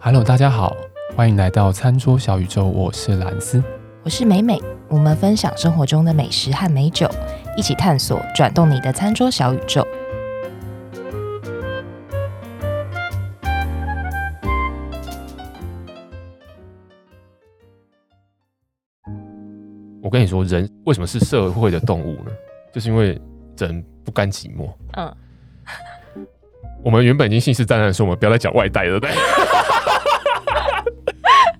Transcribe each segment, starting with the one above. Hello，大家好，欢迎来到餐桌小宇宙，我是蓝斯。我是美美，我们分享生活中的美食和美酒，一起探索转动你的餐桌小宇宙。我跟你说，人为什么是社会的动物呢？就是因为人不甘寂寞。嗯，我们原本已经信誓旦旦地说，我们不要再讲外带了，对不对？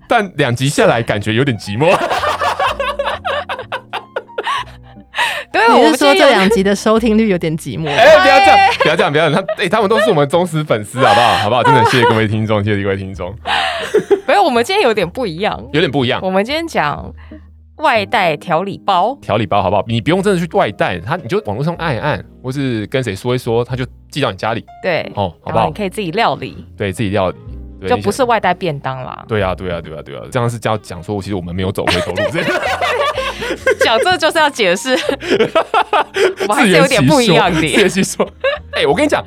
但两集下来，感觉有点 寂寞。对你是说这两集的收听率有 点寂寞？哎、 不要这样，不要这样，不要这样。他哎、他们都是我们忠实粉丝，好不好？好不好？真的谢谢各位听众，谢谢各位听众，没有，我们今天有点不一样，有点不一样。我们今天讲外带调理包，调理包好不好？你不用真的去外带，他你就网络上按一按，或是跟谁说一说，他就寄到你家里对，哦，好不然后好你？可以自己料理，对自己料理，对就你不想是外带便当啦。对啊，对啊，对啊，对啊，这样是这样讲说，其实我们没有走回头路，这样 讲这就是要解 释， 我们还是有点不一样自圆的。其说。 哎、我跟你讲，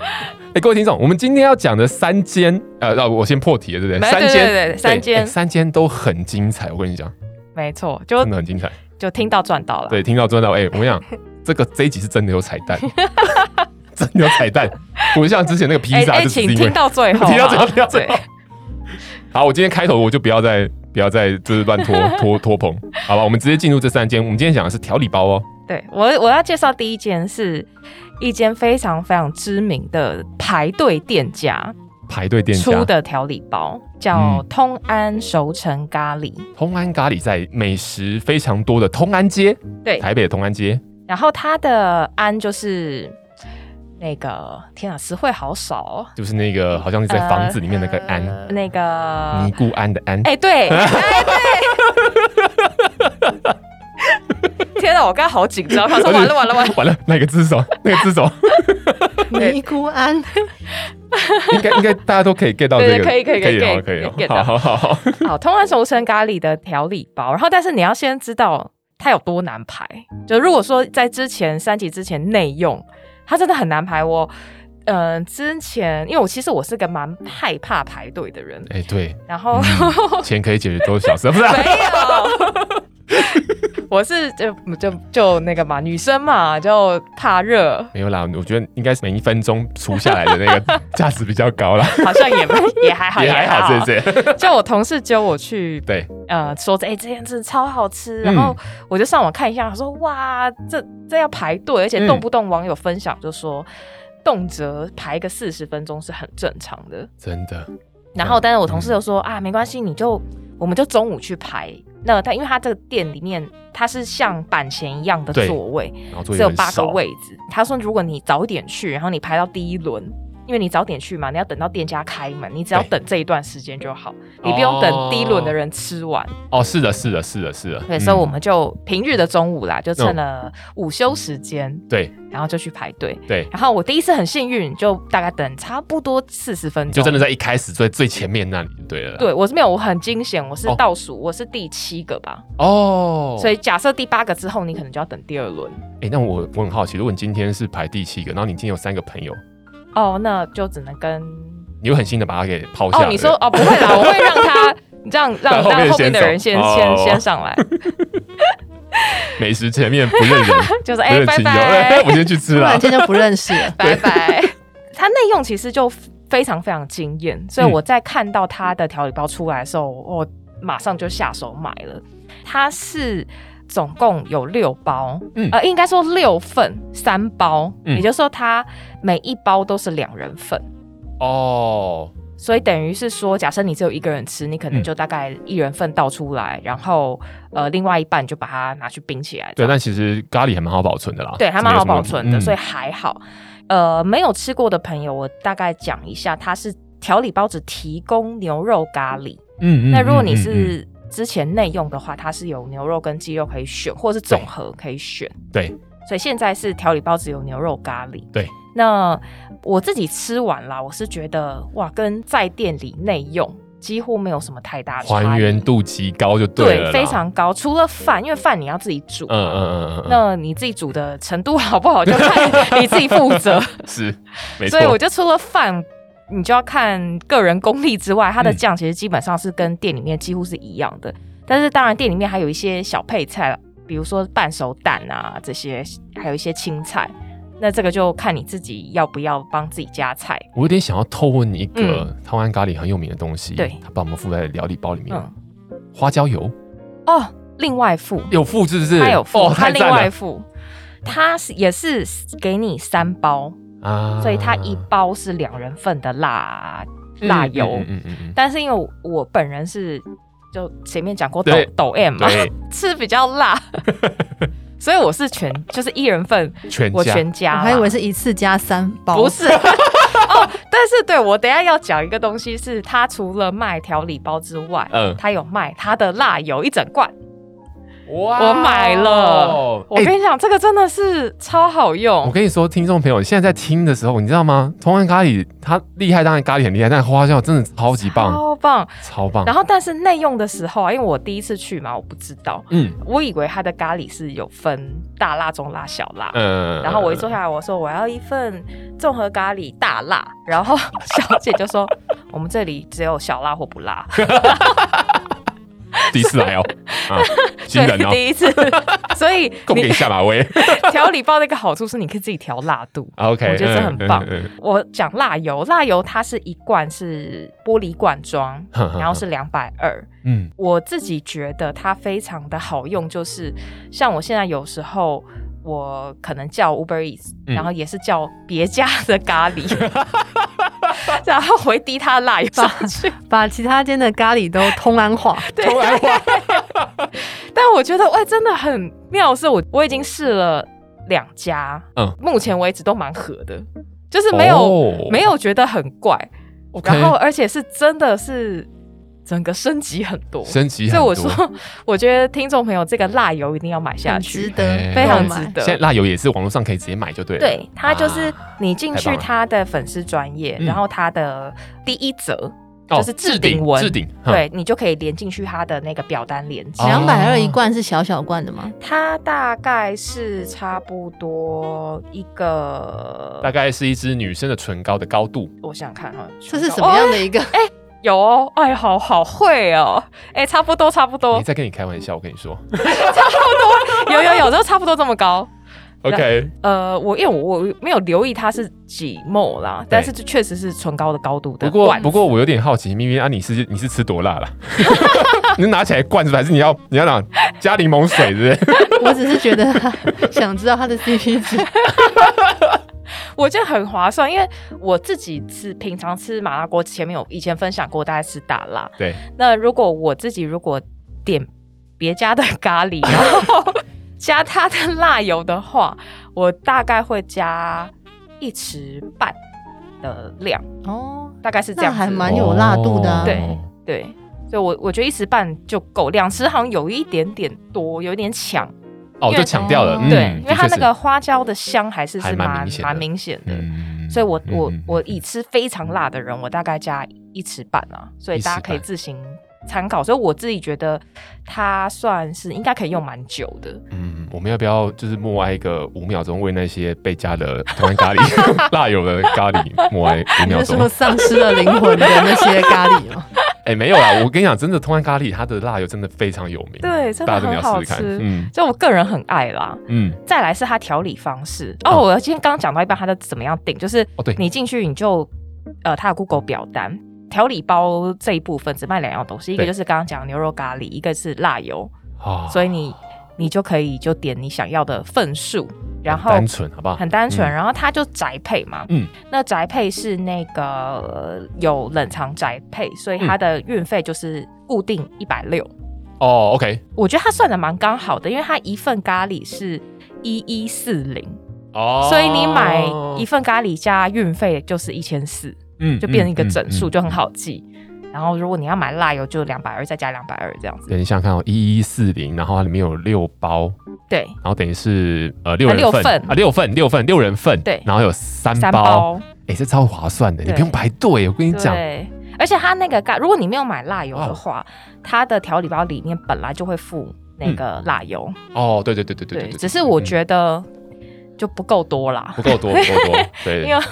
哎、各位听众，我们今天要讲的三间，呃，让我先破题了，对不没对？有三对间，对对对三间哎三间都很精彩。我跟你讲， 没错，就真的很精彩。就听到赚到了。对，听到真的，哎、我跟你 讲，这个这一集是真的有彩蛋， 真的有彩蛋，不像之前那个披哎萨，哎，就是请因为听到最后 啊，听到最后，听到最后对。好，我今天开头我就不要再不要再就是乱拖拖拖棚，好吧？我们直接进入这三间。我们今天讲的是调理包哦，对我，我要介绍第一间是一间非常非常知名的排队店家排队店家出的调理包，叫嗯通安熟成咖喱。通安咖喱在美食非常多的通安街，对台北的通安街，然后它的安就是那个，天啊，词汇好少、哦。就是那个好像是在房子里面那个安，那个，尼姑庵的庵。呃哎、对，哎对。天啊，我刚刚好紧张，他说完了完了完了，完了，那个字是什 么？那个字是什么？尼姑庵，应该应该大家都可以 get 到对这对个，可以可以可以可以哦可以哦可以，get 好到好好好，好，通完熟成咖喱的调理包，然后但是你要先知道它有多难排。就如果说在之前三级之前内用，它真的很难排。我，呃，之前因为我其实我是个蛮害怕排队的人，哎对，然后、嗯钱可以解决多少事，不是啊？没有，哎 我是就就就那个嘛，女生嘛就怕热，没有啦，我觉得应该是每一分钟除下来的那个价值比较高啦，好像 也没也还 好也还好，是不？是？就我同事揪我去对，呃说，哎、这件真的超好吃，嗯然后我就上网看一下，说哇，这这要排队，而且嗯动不动网友分享就说。动辄排个四十分钟是很正常的，真的，嗯然后但是我同事就说、啊，没关系，你就我们就中午去排。那他因为他这个店里面它是像板前一样的对座位，然后座只椅有很八个少，位置。他说，如果你早点去，然后你排到第一轮，因为你早点去嘛，你要等到店家开门，你只要对等这一段时间就好，你不用等第一轮的人吃完。哦，是的，是的，是的，是的，对，嗯所以我们就平日的中午啦，就趁了午休时间，对然后就去排队。对，然后我第一次很幸运，就大概等差不多四十分你钟，就真的在一开始最最前面那里，对了啦，对我是没有，我很惊险，我是哦倒数，我是第七个吧，哦，所以假设第八个之后，你可能就要等第二轮。哎、那我我很好奇，如果你今天是排第七个，然后你今天有三个朋友，哦，那就只能跟你会狠心的把他给抛下哦来。，你说哦，不会啦，我会让他 让让让后面让后面先的人走先哦先哦哦先上来，美食前面不认人， 就是不哎，认拜亲友，拜。我先去吃突啦然。间就不认识了 拜拜。他内用其实就非常非常惊艳，所嗯以我在看到他的调理包出来的时候，我马上就下手买了。它是总共有六包，嗯呃，应该说六份三包，嗯也就是说它每一包都是两人份。哦，所以等于是说，假设你只有一个人吃，你可能嗯就大概一人份倒出来，然后呃，另外一半就把它拿去冰起来。对，但其实咖喱还蛮好保存的啦，对，还蛮好保存的，所以以还好。呃，没有吃过的朋友，我大概讲一下，它是调理包只提供牛肉咖喱。嗯那如果你嗯嗯是之前内用的话，它是有牛肉跟鸡肉可以选，或是总和可以选。对，所以现在是调理包只有牛肉咖喱。对，那我自己吃完啦，我是觉得哇，跟在店里内用几乎没有什么太大差异还原度极高就对了啦，非常高。除了饭，因为饭你要自己煮，嗯，嗯嗯嗯嗯，那你自己煮的程度好不好，就看你自己负责。是没错，所以我就除了饭你就要看个人功力之外，它的嗯酱其实基本上是跟店里面几乎是一样的。但是当然，店里面还有一些小配菜，啊比如说半熟蛋啊这些，还有一些青菜。那这个就看你自己要不要帮自己加菜。我有点想要透问你一个台湾咖喱很有名的东西，嗯对它把我们附在料理包里面，嗯，花椒油哦，另外付，有附是不是？它有付，哦，它太另赞外了付，它是也是给你三包，啊所以它一包是两人份的辣辣油。嗯嗯嗯嗯 嗯但是因为我我本人是就前面讲过抖对抖 M 嘛，对，吃比较 辣，所以我是全就是一人份，全我家全家我啦，哦还以为是一次加三包，啊不 是。哦，但是对我等一下要讲一个东西，是它除了卖调理包之外，嗯它有卖它的辣油一整罐。哇我买了哦我哎跟你讲，这个真的是超好用我。跟你说，听众朋友，你现在在听的时候，你知道吗？同安咖喱它厉害，当然咖喱很厉害，但花椒真的超级棒，超棒！超棒然。后，但是内用的时候啊，因为我第一次去嘛，我不知道，嗯我以为它的咖喱是有分大辣、中辣、小辣。嗯然后我一坐下来，我说我要一份综合咖喱大辣， 然后小姐就说我们这里只有小辣或不辣，第一次来 哦，啊，新这人是哦，第一次，所以供给你下马威。 调理包的一个好处是你可以自己调辣度。啊 OK，我觉得这很棒嗯嗯我讲辣油，辣油它是一罐是玻璃 罐装，嗯然后是两百二，嗯我自己觉得它非常的好用，就是像我现在有时候我可能叫 Uber Eats，、嗯然后也是叫别家的咖 喱， 然后回滴它的辣油上去。把其他间的咖喱都通安化， 偷来花， 但我觉得哇，哎真的很妙，是我我已经试了两家，嗯目前为止都蛮合的，就是没有、哦没有觉得很怪， OK 然后而且是真的是整个升级很多。升级所以很我多说， 我觉得听众朋友这个辣油一定要买下 很去， 值得哎，非常购买值得现在辣油也是网络上可以直接买就对了。对，它就是啊你进太棒去了它的粉丝专业，嗯然后它的第一则，哦就是置顶文置顶，哼，对你就可以连进去它的那个表单连接。哦两百二一罐是小小罐的吗？它大概是差不多一个，大概是一支女生的唇膏的高度，我想想看啊，这是什么哦样的 一个？有哦，哎，好好会哦，哎，差不多，差不多你，在跟你开玩笑，我跟你 说。有有有，都差不多这么高。 OK，呃，我因为我我没有留意它是几 ml 啦，但是这确实是唇膏的高度的不过罐不过我有点好奇，咪咪啊，你是你是吃多辣了？ 你是拿起来灌是吧？还是你要你要拿加柠檬水是 不是？ 我只是觉得想知道它的 CP 值。我觉得很划算，因为我自己吃平常吃麻辣锅，前面有以前分享过，大概吃大辣。对，那如果我自己如果点别家的咖喱，然后加它的辣油的话，我大概会加一匙半的量，哦，大概是这那样子。还蛮有辣度的啊对哦对，所以我我觉得一匙半就够量，其实好像有一点点多，有一点抢。哦，就抢掉了，因嗯为对，因为它的确那是个花椒的香还是还是蛮蛮明显的蛮明显的。嗯所以我我嗯我以吃非常辣的人，我大概加一匙半啊，所以大家可一以匙半自行参考。所以我自己觉得它算是应该可以用蛮久的。嗯，我们要不要就是默哀一个五秒钟，为那些被加了台湾咖喱 辣油的咖喱默哀五你 秒是钟说？丧失了灵魂的那些咖喱吗？哎、没有啦，我跟你讲，真的，通安咖喱它的辣油真的非常有名，对真的大家真的很要好试试看。吃嗯所以我个人很爱啦。嗯，再来是它调理方式哦，我今天刚刚讲到一半，它的怎么样定？就是哦对你进去你就呃，它有 Google 表单。调理包这一部分只卖两样东西，一个对就是刚刚讲的牛肉咖喱，一个是辣油，啊所以你你就可以就点你想要的份数，然后很单纯，好不好？很单纯，嗯然后它就宅配嘛，嗯嗯，那宅配是那个呃有冷藏宅配，所嗯以它的运费就是固定一百六，哦，OK，我觉得它算的蛮刚好的，因为它一份咖喱是一一四零，哦，所以你买一份咖喱加运费就是一千四，嗯就变成一个整数，嗯嗯就很好记。然后如果你要买辣油，就两百二再加两百二这样子，对，你想想看哦，一一四零，然后它里面有六包，对然后等于是呃六啊人六份份啊六份六份六人份，对然后有三三包，包，哎，这超划算的，你对不用排队，我跟你讲，哦对。而且它那个咖，如果你没有买辣油的话，它的调理包里面本来就会附那个辣油，嗯哦，对对对对对对，只是我觉得就不够多啦。不够多，不够 多，对，因为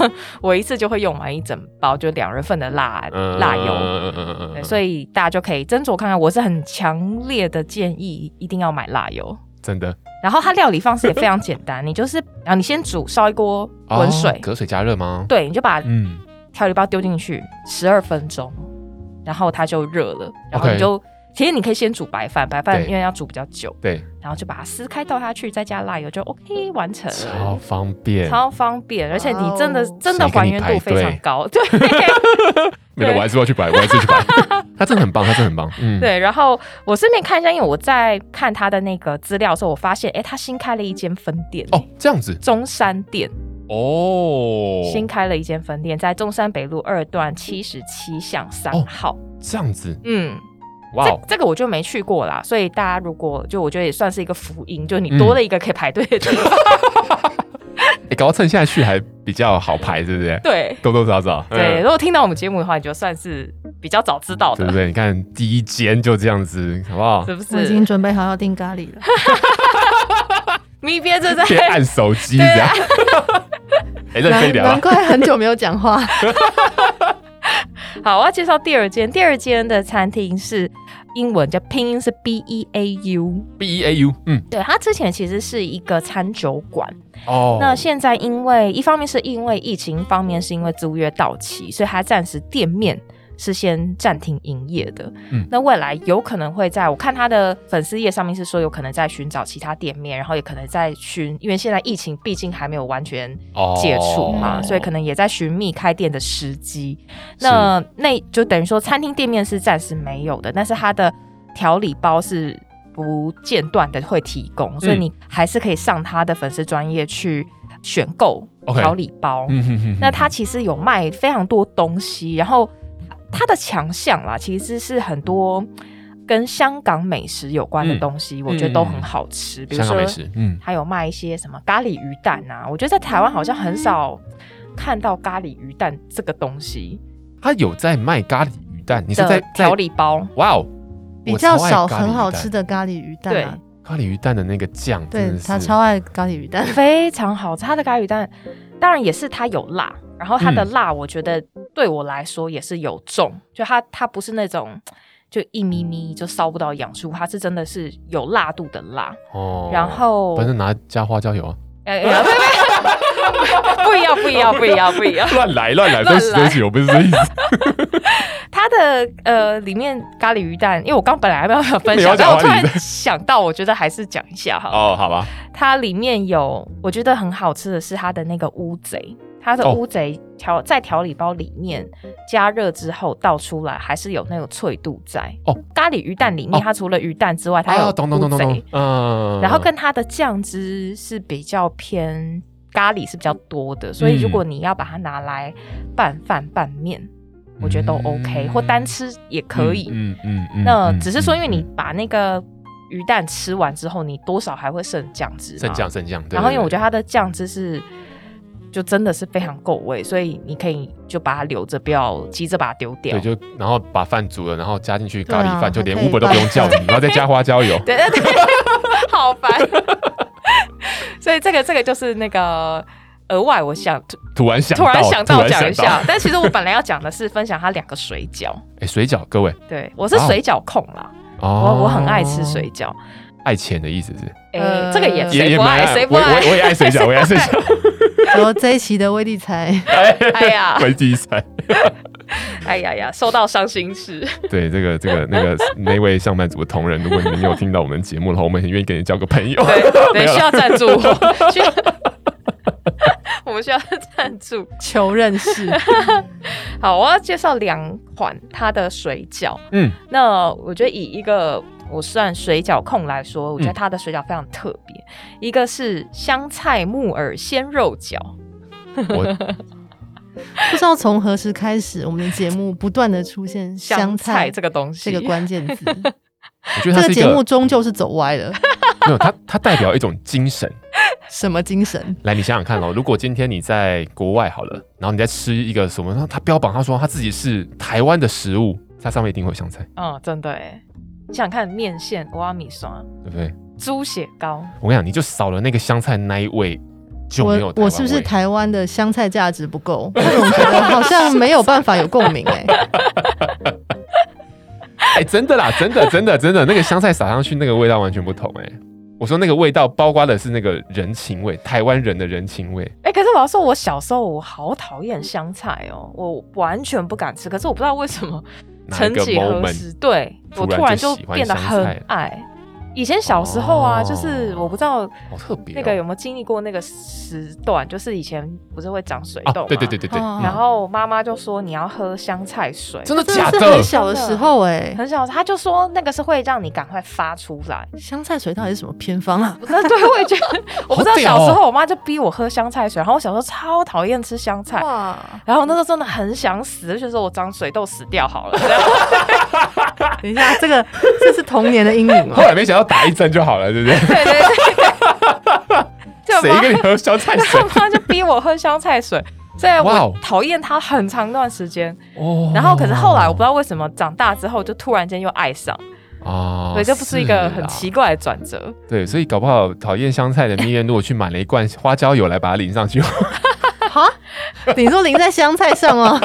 我一次就会用完一整包，就两人份的辣、嗯辣油，嗯嗯嗯嗯对，嗯，所以大家就可以斟酌看看。我是很强烈的建议，一定要买辣油。真的然后它料理方式也非常简单，你就是啊，你先煮烧一锅滚水，哦隔水加热吗？对，你就把嗯，调理包丢进去，十二分钟，然后它就热了，然后 OK 你就其实你可以先煮白饭，白饭对因为要煮比较久，对，然后就把它撕开倒下去，再加辣油就 OK 完成了。超方便，超方便，而且你真的、哇哦真的谁跟还你原排度非常队高， 对没有，我还是要去摆，我还是要去 摆，它真的很棒，它真的很棒，嗯，对。然后我顺便看一下，因为我在看他的那个资料的时候，我发现哎，诶他新开了一间分店哦，这样子中山店哦，新开了一间分店，在中山北路二段七十七巷三哦号。这样子，嗯，哇哦这，这个我就没去过啦，所以大家如果就我觉得也算是一个福音，就嗯你多了一个可以排队的地方。 哎，搞到趁下去还比较好排，对不对？对多多少少，对，嗯如果听到我们节目的话，你就算是比较早知道对的不，对？你看第一间就这样子，好不好？是不 我已经是？准备好要订咖 喱了。咪边正在边按手机这对 样啊，哎，认真一难点啊难，怪很久没有讲 话。好，我要介绍第二间，第二间的餐厅是英文叫拼音是 B E A U， B E A U，嗯，对，它之前其实是一个餐酒馆，哦，那现在因为一方面是因为疫情，一方面是因为租约到期，所以它暂时店面。是先暂停营业的，嗯那未来有可能会在我看他的粉丝页上面是说有可能在寻找其他店面，然后也可能在寻，因为现在疫情毕竟还没有完全哦解除嘛，哦所以可能也在寻觅开店的时机。那那就等于说，餐厅店面是暂时没有的，但是它的调理包是不间断的会提嗯供，所以你还是可以上它的粉丝专业去选购 OK 调理包。嗯哼哼，那它其实有卖非常多东西，然后它的强项啦，其实是很多跟香港美食有关的嗯东西，我觉得都很好吃，比如香港美说食，嗯，还有卖一些什么咖喱鱼蛋啊，我觉得在台湾好像很少看到咖喱鱼蛋这个东西他有在卖咖喱鱼蛋，你是在的调，理包。在哇哦，比较少我超爱咖喱鱼蛋很好吃的咖喱鱼蛋啊，咖喱鱼蛋的那个酱，对真的是他超爱咖喱鱼蛋。 非常好吃，它的咖喱鱼蛋当然也是它有辣，然后它嗯的辣我觉得对我来说也是有重，就它它不是那种就一咪咪就烧不到痒处，它是真的是有辣度的辣，哦然后反正拿加花椒油啊，呃呃哎 不一样不一样不一样不一样， 乱来乱来，乱对来不起对不起，我不是这意思，它的呃里面咖喱鱼蛋，因为我刚本来还没有分你要享，但讲我突咖喱鱼蛋然想到，我觉得还是讲一下哈。 哦，好吧，它里面有我觉得很好吃的是它的那个乌贼，它的哦乌贼调、在调理包里面加热之后倒出来，还是有那个脆度在。哦，咖喱鱼蛋里面、哦它除了鱼蛋之外，它有哦，懂懂懂懂乌懂贼，，嗯，然后跟它的酱汁是比较偏咖喱是比较多的，所以如果嗯你要把它拿来拌饭拌面，我觉得都 OK，、嗯或单吃也可以。嗯嗯嗯那嗯只是说，因为你嗯把那个鱼蛋吃完之后，你多少还会剩酱嗯汁嘛，剩酱剩酱，对啊然后因为我觉得得它的酱汁是就真的是非常够味，所以你可以就把它留着，不要急着把它丢掉对，。就然后把饭煮了，然后加进去对咖啊喱饭，就连还可以 Uber 都不用叫你，然后再加花椒 油，对对对，好烦。 所以这个这个就是那个额外，我想突然想突到，然想突到然讲一想到下，，但其实我本来要讲的是分享它两个水饺。哎，水饺，各位，对我是哇哦水饺控啦，哦，我我很爱吃水，饺。爱钱的意思是。哎、呃这个也也也谁也不蛮爱谁不爱我？也我也爱水饺，我也爱水饺。 我这一期的威力才 哎呀回第一赛。哎呀嗯呀，受到伤心 事。对，这个这个那 个那位上班族的同仁，如果你们有听到我们节目的话，我们很愿意跟你交个朋友。 对对，有需要赞助我，需要 我们需要赞助。求认 识。好，我要介绍两款它的水饺。嗯，那我觉得以一个我算水饺控来说，我觉得嗯它的水饺非常特别。嗯一个是香菜木耳鲜肉饺，我不知道从何时开始，我们的节目不断的出现香菜菜这个东西，这个关键 字，我觉得这他个是一节目个终究是走歪了。没有他他代表一种精神。什么精神？来，你想想看 哦，如果今天你在国外好了，然后你在吃一个什么，他他标榜他说他自己是台湾的食物，它上面一定会有香菜，嗯，真的哎。你想看面线、挖米刷、对不对？猪血糕，我跟你讲，你就少了那个香菜那一味哎久没有我台湾我是不是味台湾的香菜价值不够？ 我总觉得好像没有办法有共鸣哎、哎、真的啦，真的，真的，真的，那个香菜撒上去，那个味道完全不同哎、我说那个味道包括的是那个人情味，台湾人的人情味。哎、可是我要说，我小时候我好讨厌嗯香菜哦，我完全不敢吃。可是我不知道为什么， 哪一曾个几何时， moment？对我突突然然就就喜欢变得香很菜爱。以前小时候啊，哦就是我不知道好特别、哦。那个有没有经历过那个时段，就是以前不是会长水啊痘、，对对对。对 对，哦嗯然后妈妈就说你要喝香菜水，真的真假的是的很？小的时候哎、很小，她就说那个是会让你赶快发出来。香菜水到底是什么偏方啊？那对，我也觉得， 我不知道好屌小哦时候我妈就逼我喝香菜水，然后我小时候超讨厌吃香菜，哇！然后那时候真的很想死，就觉得我长水痘死掉好 了。然后 等一下，这个这是童年的阴影后哦。来没想到打一针就好了，对不 对？对对对，就谁啊妈跟你喝香菜 水？然后妈就逼我喝香菜水，所以哇哦我讨厌它很长一段时间。哦然后可是后来我不知道为什么长大之后就突然间又爱上，哦对，这不是一个很奇怪的转折。对，所以搞不好讨厌香菜的蜜月，如果去买了一罐花椒油来把它淋上去，哈，你说淋在香菜上哦，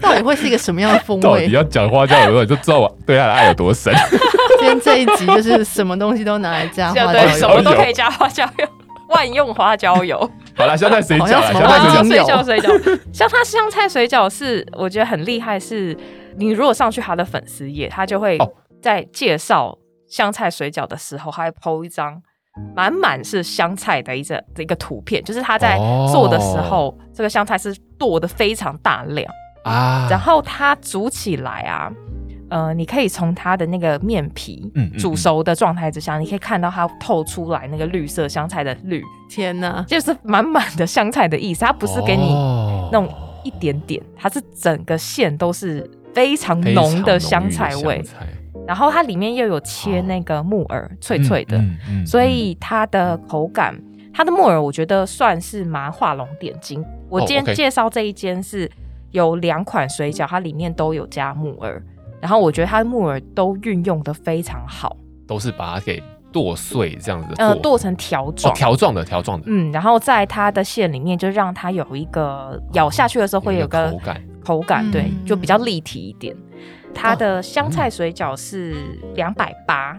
到底会是一个什么样的风到底啊味？要讲花椒油的时候，你就知道我对他的爱有多深。 今天这一集就是什么东西都拿来加就花对，椒什椒么油，都可以加花椒油， 万用花椒油。好啦，香菜水饺啦，好像什香么菜水饺啊，花椒水油饺水饺， 像它香菜水饺是我觉得很厉害，是你如果上去他的粉丝页，他就会哦在介绍香菜水饺的时候，他会 PO 一张满满是香菜的一个的一个图片，就是他在做的时候，这个香菜是剁的非常大量，啊然后它煮起来啊。呃，你可以从它的那个面皮嗯嗯嗯煮熟的状态之下，你可以看到它透出来那个绿色香菜的绿，天哪！就是满满的香菜的意思。它不是给你哦那种一点点，它是整个馅都是非常非常浓的香菜味浓郁的，香菜然后它里面又有切那个木耳，脆脆的，嗯嗯嗯所以它的口感，它的木耳我觉得算是麻画龙点睛。我哦今天 OK 介绍这一间是有两款水饺，它里面都有加木耳，然后我觉得它的木耳都运用的非常好，都是把它给剁碎这样子做，呃，剁成条哦状。条状的条状的，嗯，然后在它的馅里面，就让它有一个咬下去的时候会有有一个口感口感，嗯对，就比较立体一点。它哦的香菜水饺是两百八，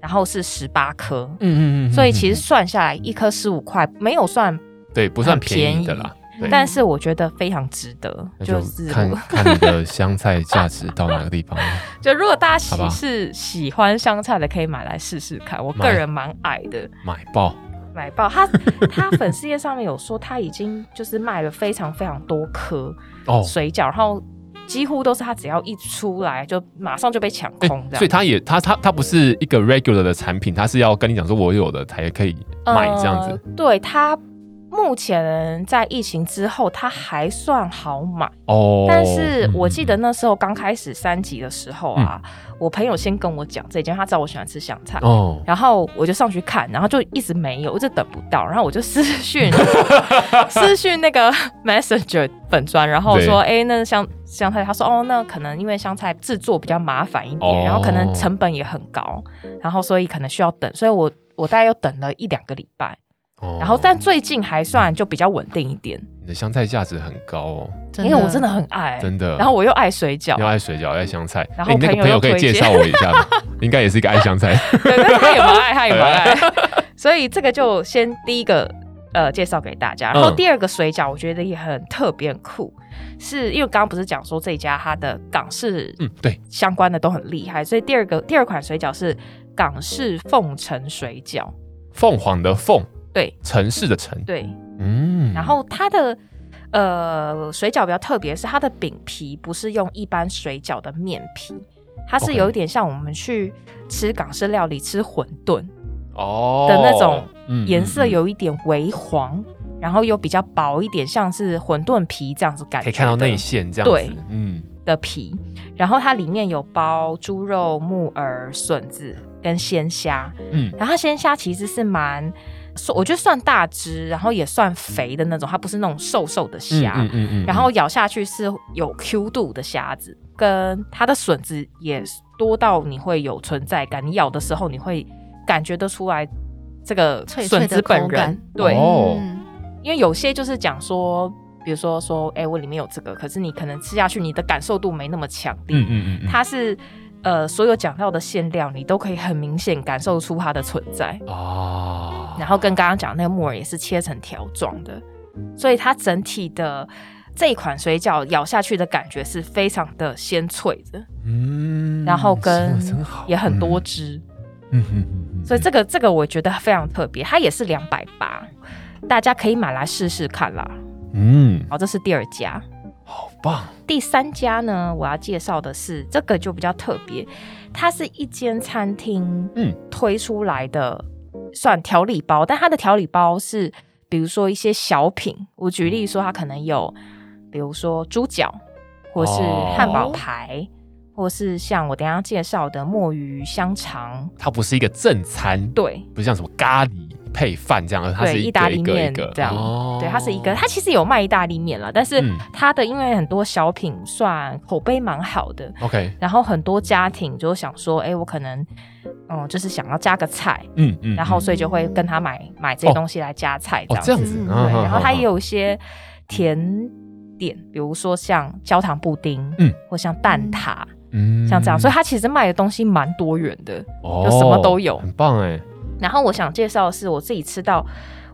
然后是十八颗，嗯嗯嗯所以其实算下来一颗十五块，没有算，对不算很便便宜宜的啦，对。但是我觉得非常值得。那就就是 看看你的香菜价值到哪个地方了。就如果大家好吧喜是喜欢香菜的，可以买来试试看。我买个人蛮矮的，买爆买 爆它。它粉丝页上面有说，它已经就是卖了非常非常多颗哦，水饺，然后几乎都是它只要一出来就马上就被抢哎、空这样所以。它也它它它不是一个 regular 的产品，它是要跟你讲说我有的才可以买这样子。呃、对它目前在疫情之后，它还算好买，哦，但是我记得嗯那时候刚开始三级的时候啊，我朋友先跟我讲这件，他知道我喜欢吃香菜。嗯嗯哦，然后我就上去看，然后就一直没有，我就等不到，然后我就私 讯私讯那个 Messenger 粉砖，然后说，哎，那香香菜，他说，哦，那可能因为香菜制作比较麻烦一点，哦然后可能成本也很高，然后所以可能需要等，所以我我大概又等了一两个礼拜，哦然后但最近还算就比较稳定一点，你的香菜价值很高哦，因为我真的很爱，真的。然后我又爱水饺你，要爱水饺，爱香菜。然后哎你那个朋朋友友又可以推介荐绍我一下 吗？应该也是一个爱香菜。对，但是他也蛮 爱，他也蛮哎爱，所以这个就先第一个呃介绍给大家，然后嗯第二个水饺我觉得也很特别很酷，是因为刚刚不是讲说这一家它的港式嗯，对，相关的都很厉害，所以第二个第二款水饺是港式凤城水饺，凤凰的凤，对城市的城，对，嗯，然后它的。呃，水饺比较特别，是它的饼皮不是用一般水饺的面皮，它是 OK 有一点像我们去吃港式料理吃馄饨，哦的那种嗯颜色嗯嗯有一点微黄，然后又比较薄一点，像是馄饨皮这样子感可觉的，以看到内馅这样对子，嗯，的皮。然后它里面有包猪肉、木耳、笋子跟鲜虾，嗯嗯，然后它鲜虾其实是蛮。算我觉得算大只，然后也算肥的那种，它不是那种瘦瘦的嗯虾，嗯嗯嗯然后咬下去是有 Q 度的虾子，跟它的笋子也多到你会有存在感，你咬的时候你会感觉得出来这个脆脆笋的子本口人感对、哦嗯因为有些就是讲说，比如说说，哎、我里面有这个，可是你可能吃下去，你的感受度没那么强烈。嗯嗯嗯，它是呃，所有讲到的馅料，你都可以很明显感受出它的存在。嗯啊，然后跟刚刚讲的那个木耳也是切成条状的，所以它整体的这一款水饺咬下去的感觉是非常的鲜脆的，嗯然后跟真好也很多，汁，嗯嗯嗯嗯，所以这个这个我觉得非常特别，它也是两百八，大家可以买来试试看啦。嗯好，这是第二家，好棒，第三家呢，我要介绍的是这个就比较特别，它是一间餐厅嗯推出来的，算调理包，但它的调理包是比如说一些小品，我举例说，它可能有比如说猪脚，或是哦汉堡排，或是像我等一下介绍的墨鱼香肠，它不是一个正餐，对不是像什么咖喱配饭这样，而它是对，一意个大一利个一面个这样，哦对，它是一个，它其实有卖意大利面了，但是嗯它的因为很多小品算口碑蛮好的， OK，然后很多家庭就想说，哎，我可能，嗯，就是想要加个菜，嗯嗯，然后嗯所以就会跟他买买这些东西来加菜这哦样这子。样子，嗯啊对，然后它也，啊啊有一些甜点，比如说像焦糖布丁，嗯嗯，或像蛋挞，嗯像这样，所以它其实卖的东西蛮多元的。哦就什么都有很棒哎，然后我想介绍的是我自己吃到，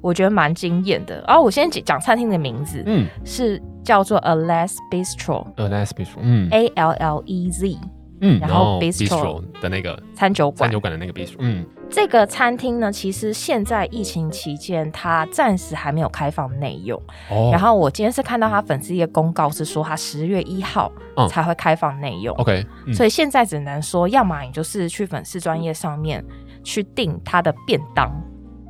我觉得蛮惊艳的。然后我先讲餐厅的名字，嗯是叫做 a l e s Bistro。 ，A nice bistro，嗯 A L L E Z 嗯，哎然后 bistro 的那个餐酒餐馆酒，馆的那个 bistro，嗯这个餐厅呢，其实现在疫情期间，它暂时还没有开放内用。哦，然后我今天是看到它粉丝页公告是说，它十月一号嗯才会开放内用， OK，嗯所以现在只能说，要么你就是去粉丝专业上面去订它的便当，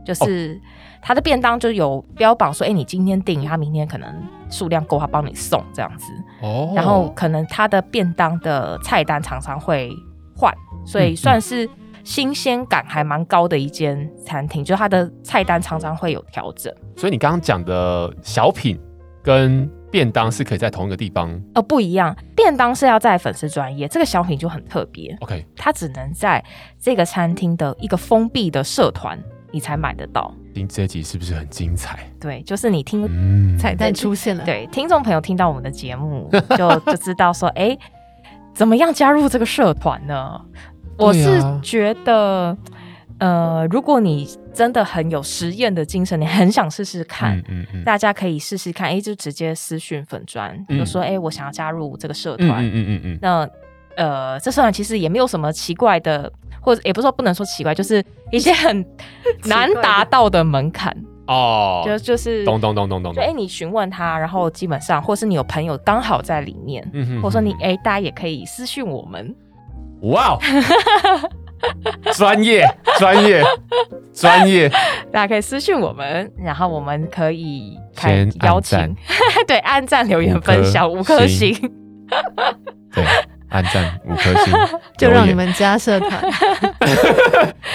就是哦它的便当就有标榜说，哎、你今天订，它明天可能数量够，它帮你送这样子。哦，然后可能它的便当的菜单常常会换，所嗯嗯以算是新鲜感还蛮高的一间餐厅，就它的菜单常常会有调整。所以你刚刚讲的小品跟便当是可以在同一个地方呃，不一样，便当是要在粉丝专业，这个小品就很特别， ，OK，它只能在这个餐厅的一个封闭的社团你才买得到。听这一集是不是很精彩？对，就是你听嗯，彩蛋出现了，对，听众朋友听到我们的节 目，就就知道说，哎、怎么样加入这个社团呢？我对是啊觉得，呃，如果你真的很有实验的精神，你很想试试看。嗯嗯嗯，大家可以试试看，哎、就直接私讯粉砖，嗯就说，哎、我想要加入这个社嗯团。嗯嗯嗯嗯，那，呃，这社团其实也没有什么奇怪的，或者也不是说不能说奇怪，就是一些很难奇怪的达到的门槛，哦，就就是咚咚咚咚咚就哎、诶咚，你询问他，然后基本上，或是你有朋友刚好在里面，嗯哼或者说你嗯哎、诶大家也可以私讯我 们。哇哦，专业专业专业，大家可以私讯我们，然后我们可以开先邀按请赞， 对，按赞、留言、五颗分享五颗星星， 对，按赞五颗星，就留让你言们加社团。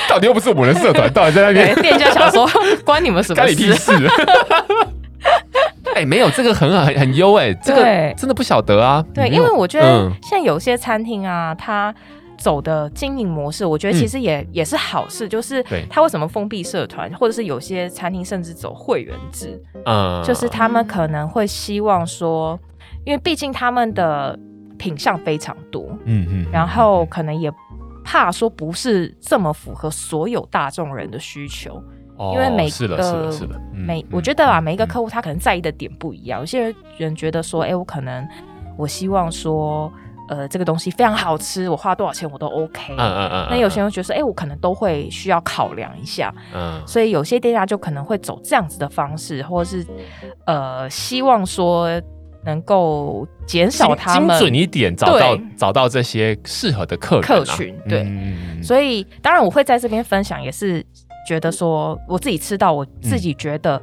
到底又不是我们的社团，到底在那边对，店家想说关你们什么干你屁事？事？ 哎、没有这个很好很很优哎、这个对真的不晓得啊。对，没因有为我觉得嗯像有些餐厅啊，它走的经营模式，我觉得其实也、也是好事，就是嗯对它为什么封闭社团，或者是有些餐厅甚至走会员制，嗯就是他们可能会希望说，因为毕竟他们的品相非常多，嗯嗯，然后可能也怕说不是这么符合所有大众人的需求。哦因为每是了是了个是了，嗯每嗯我觉得啊，嗯每一个嗯客户他可能在意的点不一样，有些人觉得说，哎，我可能我希望说，呃，这个东西非常好吃，我花多少钱我都 OK。嗯嗯嗯，那有些人会觉得说，哎，我可能都会需要考量一下，嗯所以有些店家就可能会走这样子的方式，或者是呃，希望说能够减少他精们准一点，找到对找到这些适合的客人啊客群对嗯所以当然我会在这边分享，也是觉得说我自己吃到，我嗯自己觉得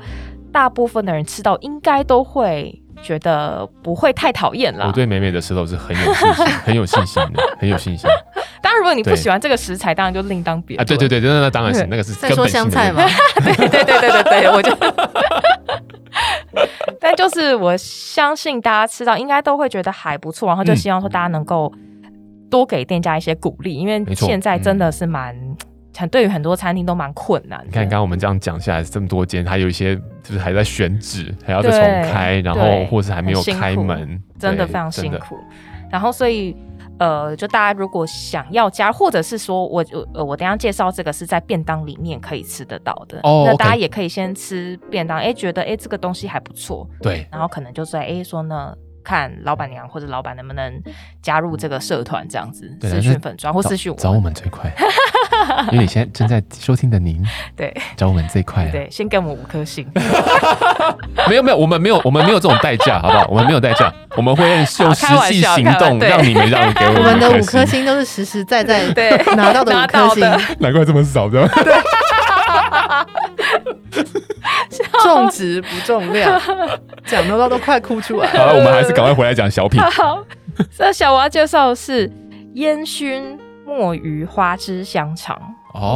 大部分的人吃到应该都会觉得不会太讨厌我啦。哦对美美的石头是很有信心，很有信心 的，很有信心啊！当然，如果你不对啊喜欢这个食材，当然就另当别论。对对对对，那那当然 是那个是在根说本性香的菜问题吗？对对对对对，我就。但就是我相信大家吃到应该都会觉得还不错，然后就嗯希望说大家能够多给店家一些鼓励，因为没错嗯现在真的是蛮很对于很多餐厅都蛮困难的。你看，刚刚我们这样讲下来这么多间，还有一些就是还在选址，还要再对重开，然后对或是还没有很辛苦开门，真对的非常辛真的苦。然后所以呃，就大家如果想要加入，或者是说我我呃，我等一下介绍这个是在便当里面可以吃得到的，哦那 OK 大家也可以先吃便当，哎，觉得哎这个东西还不错，对，然后可能就在哎说呢。看老板娘或者老板能不能加入这个社团，这样子对私但是讯粉砖或找私讯找我们最 快，因为你现在正在收听的您，对找我们最快啊。对，先给我们五颗星。没有没有，我们没有我们没有这种代 价，好不好？我们没有代价，我们会用好实开玩际笑行开玩动对让你们让给我们 我们的五颗颗星，星都是实实在在 对 拿到的五拿颗到的 星， 难怪这么少的。重质不 重量，讲到都快哭出来。好了，我们还是赶快回来讲小品。好，这小我要介绍的是烟熏墨鱼花枝香肠。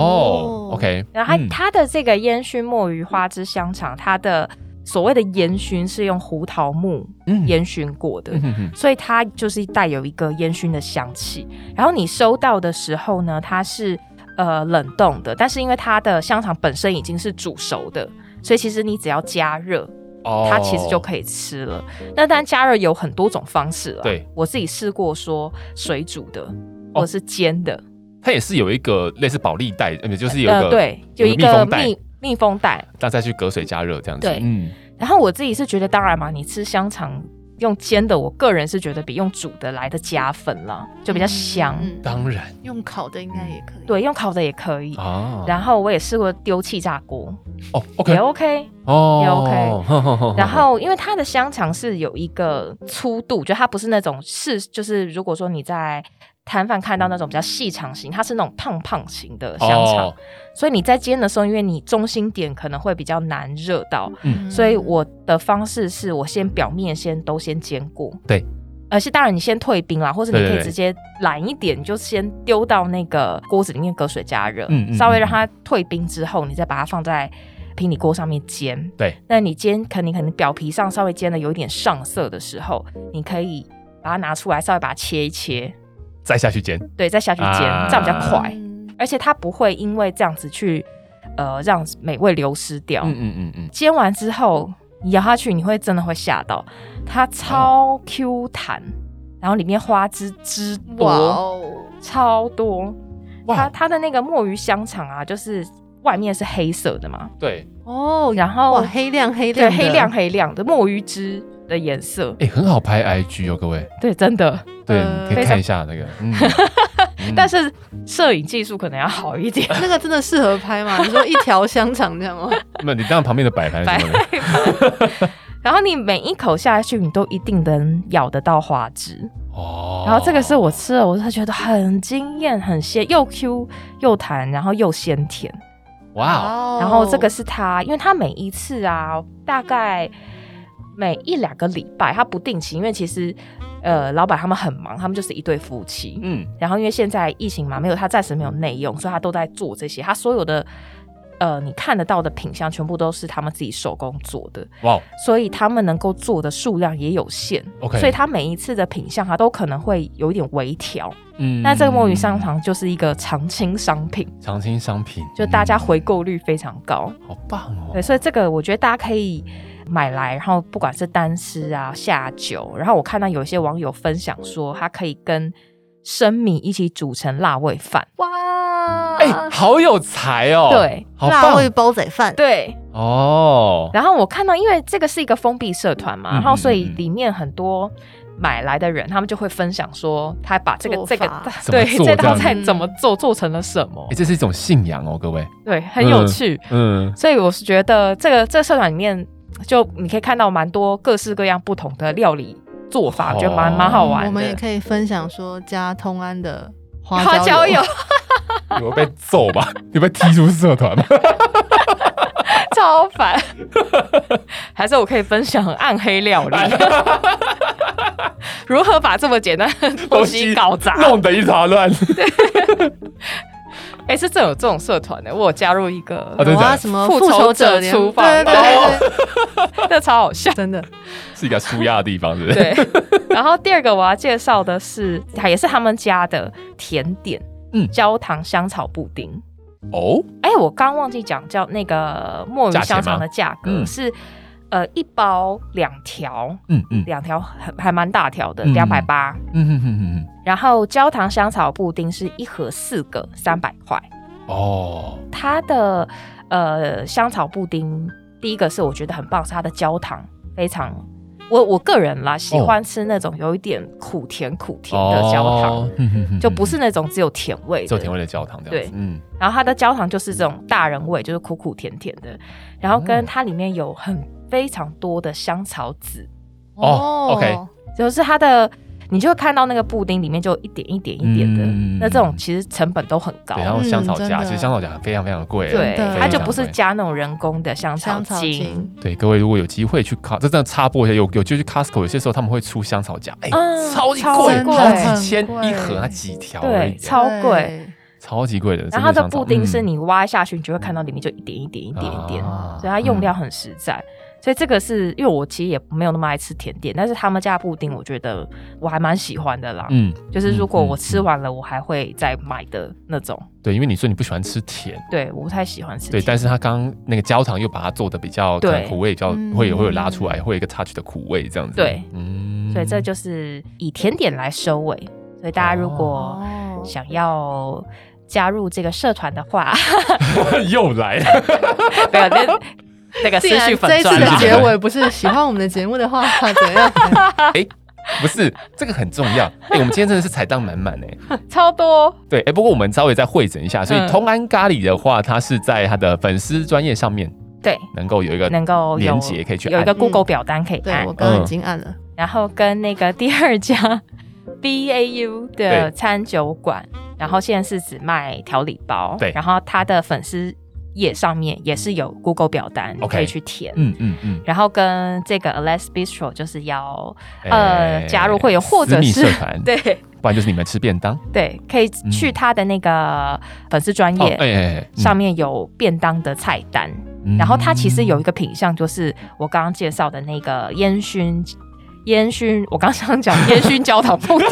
哦，OK， 然后它、嗯它的这个烟熏墨鱼花枝香肠，它的所谓的烟熏是用胡桃木嗯烟熏过的。嗯哼哼所以它就是带有一个烟熏的香气，然后你收到的时候呢，它是呃冷冻的，但是因为它的香肠本身已经是煮熟的，所以其实你只要加热，哦它其实就可以吃了。那当然加热有很多种方式了，对我自己试过说水煮的，哦或者是煎的，它也是有一个类似保利袋，呃，就是有一呃，个对，有一密个封袋密密封袋，那再去隔水加热这样子。对嗯，然后我自己是觉得，当然嘛，你吃香肠用煎的，我个人是觉得比用煮的来的加分啦，就比较香。嗯当然用烤的应该也可以。对，用烤的也可以。啊，然后我也试过丢气炸锅，哦也，OK， OK。也哦 OK ，OK，然后因为它的香肠是有一个粗度，就它不是那种是就是如果说你在摊贩看到那种比较细长型，它是那种胖胖型的香肠，哦所以你在煎的时候，因为你中心点可能会比较难热到，嗯，所以我的方式是我先表面先都先煎过，对，而是当然你先退冰啦，或者你对对可以对直接懒一点，你就先丢到那个锅子里面隔水加热，嗯嗯稍微让它退冰之后，你再把它放在平底锅上面煎。对，那你煎，可能可能表皮上稍微煎的有一点上色的时候，你可以把它拿出来，稍微把它切一切， 再下去煎，对，再下去煎，啊这样比较快，嗯而且它不会因为这样子去呃让美味流失掉。嗯嗯嗯嗯，煎完之后你咬下去，你会真的会吓到，它超 Q 弹，然后里面花枝之哇多，哦，超多。哇它它的那个墨鱼香肠啊，就是外面是黑色的嘛，对，哦，然后哇，黑亮黑对亮的，黑亮黑亮的墨鱼汁的颜色，哎，很好拍 IG 哦，各位，对，真的。对，呃你可以看一下那个， 嗯，嗯但是摄影技术可能要好一点，那个真的适合拍吗？ 你说一条香肠这样吗？那你当然旁边的摆盘白什么的，然后你每一口下去，你都一定能咬得到花枝。哦， 然后这个是我吃了，我是觉得很惊艳，很鲜，又 Q 又弹，然后又鲜甜。哇哦，哦然后这个是它，因为它每一次啊，大概每一两个礼拜，它不定期，因为其实呃，老板他们很忙，他们就是一对夫妻。嗯，然后因为现在疫情嘛，没有他暂时没有内用，所以他都在做这些，他所有的。呃，你看得到的品相全部都是他们自己手工做的，哇哦，所以他们能够做的数量也有限 OK 所以他每一次的品相它都可能会有一点微调。嗯，那这个墨鱼香肠就是一个常青商品，常青商品，就大家嗯回购率非常高。好棒哦，对，所以这个我觉得大家可以买来，然后不管是单吃啊、下酒，然后我看到有些网友分享说，它可以跟生米一起煮成辣味饭。哇，哎、好有才哦，，啊对好辣味棒煲仔饭，对，哦，然后我看到，因为这个是一个封闭社团嘛，嗯然后所以嗯嗯里面很多买来的人，他们就会分享说，他把这个做这个法怎么对做这道这菜样子怎么做，做成了什么哎，，这是一种信仰哦，各位，对，很有趣。 嗯，所以我是觉得这个这个社团里面，就你可以看到蛮多各式各样不同的料理做法，哦我觉得蛮蛮好玩的。嗯我们 也可以分享说加通安的花花椒油你会被揍吧？ 你会被踢出社团吗？ 超烦，还是我可以分享暗黑料 理，如何把这么简单的东西搞 砸？弄得一团乱。哎、是真有这种社团的、我有加入一个，哦真的有假啊，的什么复仇者联厨房对对对对， 那超好笑。真的是一个舒压的地方，是不是？ 对，然后第二个我要介绍的是，也是他们家的甜点，嗯焦糖香草布丁。哦，哎、我刚忘记讲叫那个墨鱼价钱香吗肠的价格嗯是，呃，一包两条，嗯嗯两条还还蛮大条的，嗯两百八。嗯嗯嗯嗯，然后焦糖香草布丁是一盒四个，三百块。哦，它的呃香草布丁，第一个是我觉得很棒，是它的焦糖非常，我我个人啦哦喜欢吃那种有一点苦甜苦甜的焦糖，哦，嗯嗯嗯就不是那种只有甜味的，做甜味的焦糖这样子，对嗯，然后它的焦糖就是这种大人味，就是苦苦甜甜的，然后哦跟它里面有很非常多的香草籽，哦，OK 就是它的。你就会看到那个布丁里面就一点一点一点的，嗯那这种其实成本都很高对，，然后香草荚，嗯真的其实香草荚非常非常贵，啊对真的，它非就常不是贵加那种人工的香草香草精，精，对，各位如果有机会去 Costco，这真的插播一下，有有就去 Costco，有些时候他们会出香草荚，哎、嗯超级超贵，贵好几千很贵一盒，它几条而已对，耶，超贵。对，超级贵的。然后它真香的草布丁是嗯你挖下去，你就会看到里面就一点一点一点一点，啊所以它用料很实在。所以这个是因为我其实也没有那么爱吃甜点，但是他们家的布丁我觉得我还蛮喜欢的啦。嗯，就是如果嗯嗯我吃完了，我还会再买的那种。对，因为你说你不喜欢吃甜，对，我不太喜欢吃对，甜。但是它刚刚那个焦糖又把它做的比较，可能对苦味比较嗯会有会有拉出来，会有一个 touch 的苦味这样子，对，嗯所以这就是以甜点来收尾。所以大家如果哦想要加入这个社团的 话， 又来了，没有那那个思 竟然绪粉这一次转的啦。结尾不是喜欢我们的节目的话，怎 样？不是这个很重要，哎、我们今天真的是彩蛋满满哎。超多，对，哎、不过我们稍微再会诊一下，所以嗯同安咖喱的话，它是在它的粉丝专业上面对，能够有一个能够有连结可以去有一个按 Google 表单可以嗯对按我，刚刚已经按了，然后跟那个第二 家 B A U 的餐酒馆，然后现在是只卖调理包，对然后它的粉丝页上面也是有 Google 表单 OK 可以去填。嗯嗯嗯，然后跟这个 Ales Bistro 就是要呃哎加入会员，或者私密是社团，， 嗯对不然就是你们吃便当对，可以去他的那个粉丝专业、哎哎上面有便当的菜单，嗯然后它其实有一个品相，就是我刚刚介绍的那个烟熏烟熏，我刚想讲烟熏焦糖布丁，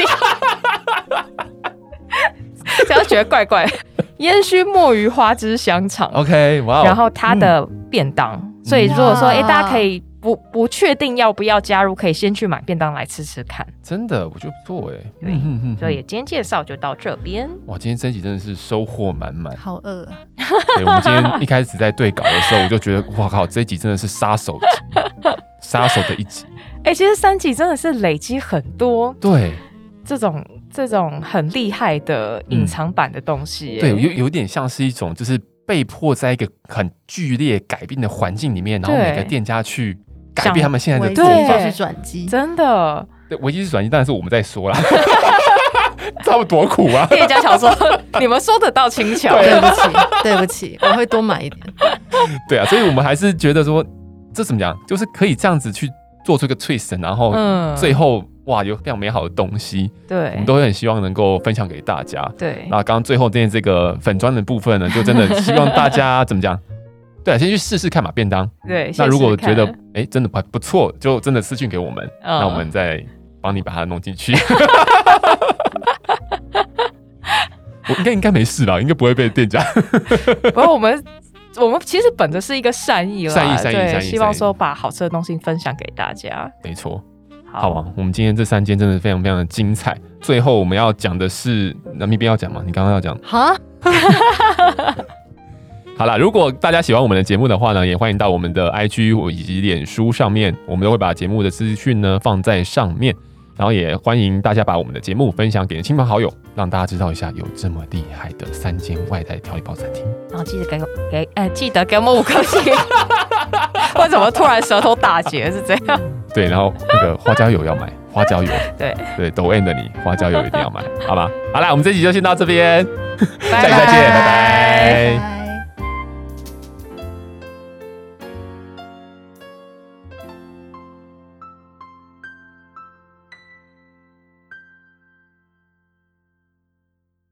只要觉得怪怪，烟熏墨鱼花枝香肠， OK，哇哦，嗯然后它的便当，所以如果说哇。诶，大家可以不不确定要不要加入，可以先去买便当来吃吃看。真的我觉得不错哎，对嗯哼哼所以今天介绍就到这边，哇，今天这一集真的是收获满满 好饿啊！对，我们今天一开始在对稿的时候，我就觉得哇靠，这一集真的是杀手级，杀手的一集。诶，其实三级真的是累积很多对这种这种很厉害的隐藏版的东西耶、对，有有点像是一种就是被迫在一个很剧烈改变的环境里面，然后对每个店家去改想变他们现在的危做机对法。就是转机，真的，对，危机是转机，当然是我们在说啦，他们多苦啊！店家想说 你们说得到轻巧，对不起，对不起，我会多买一点。对啊，所以我们还是觉得说，这怎么讲，就是可以这样子去做出一个 twist，然后嗯最后哇有非常美好的东西，我对们都会很希望能够分享给大家。对那刚刚最后念这个粉砖的部分呢，就真的希望大家怎么讲？对、啊，先去试试看嘛，便当。对。那先如果试试觉看得哎、诶真的不不错，就真的私信给我们，嗯那我们再帮你把它弄进 去。我应该应该没事吧？应该不会被店家。不过我们我们其实本着是一个善意啦，善意善意对善意希望善意说把好吃的东西分享给大家。没错，好啊，我们今天这三间真的非常非常的精彩。最后我们要讲的是南米边要讲吗？你刚刚要讲。哈， 好啦，如果大家喜欢我们的节目的话呢，也欢迎到我们的 IG 或以及脸书上面，我们都会把节目的资讯呢放在上面。然后也欢迎大家把我们的节目分享给亲朋好友，让大家知道一下有这么厉害的三间外带调理包餐厅。然后记得给我给呃，记得给我们五 颗星。为什么突然舌头打结是这样？对，然后那个花椒油要买，花椒油，对，对，抖 M 的你花椒油一定要买，好吧？好啦，我们这集就先到这边，下拜拜礼拜见，拜拜拜。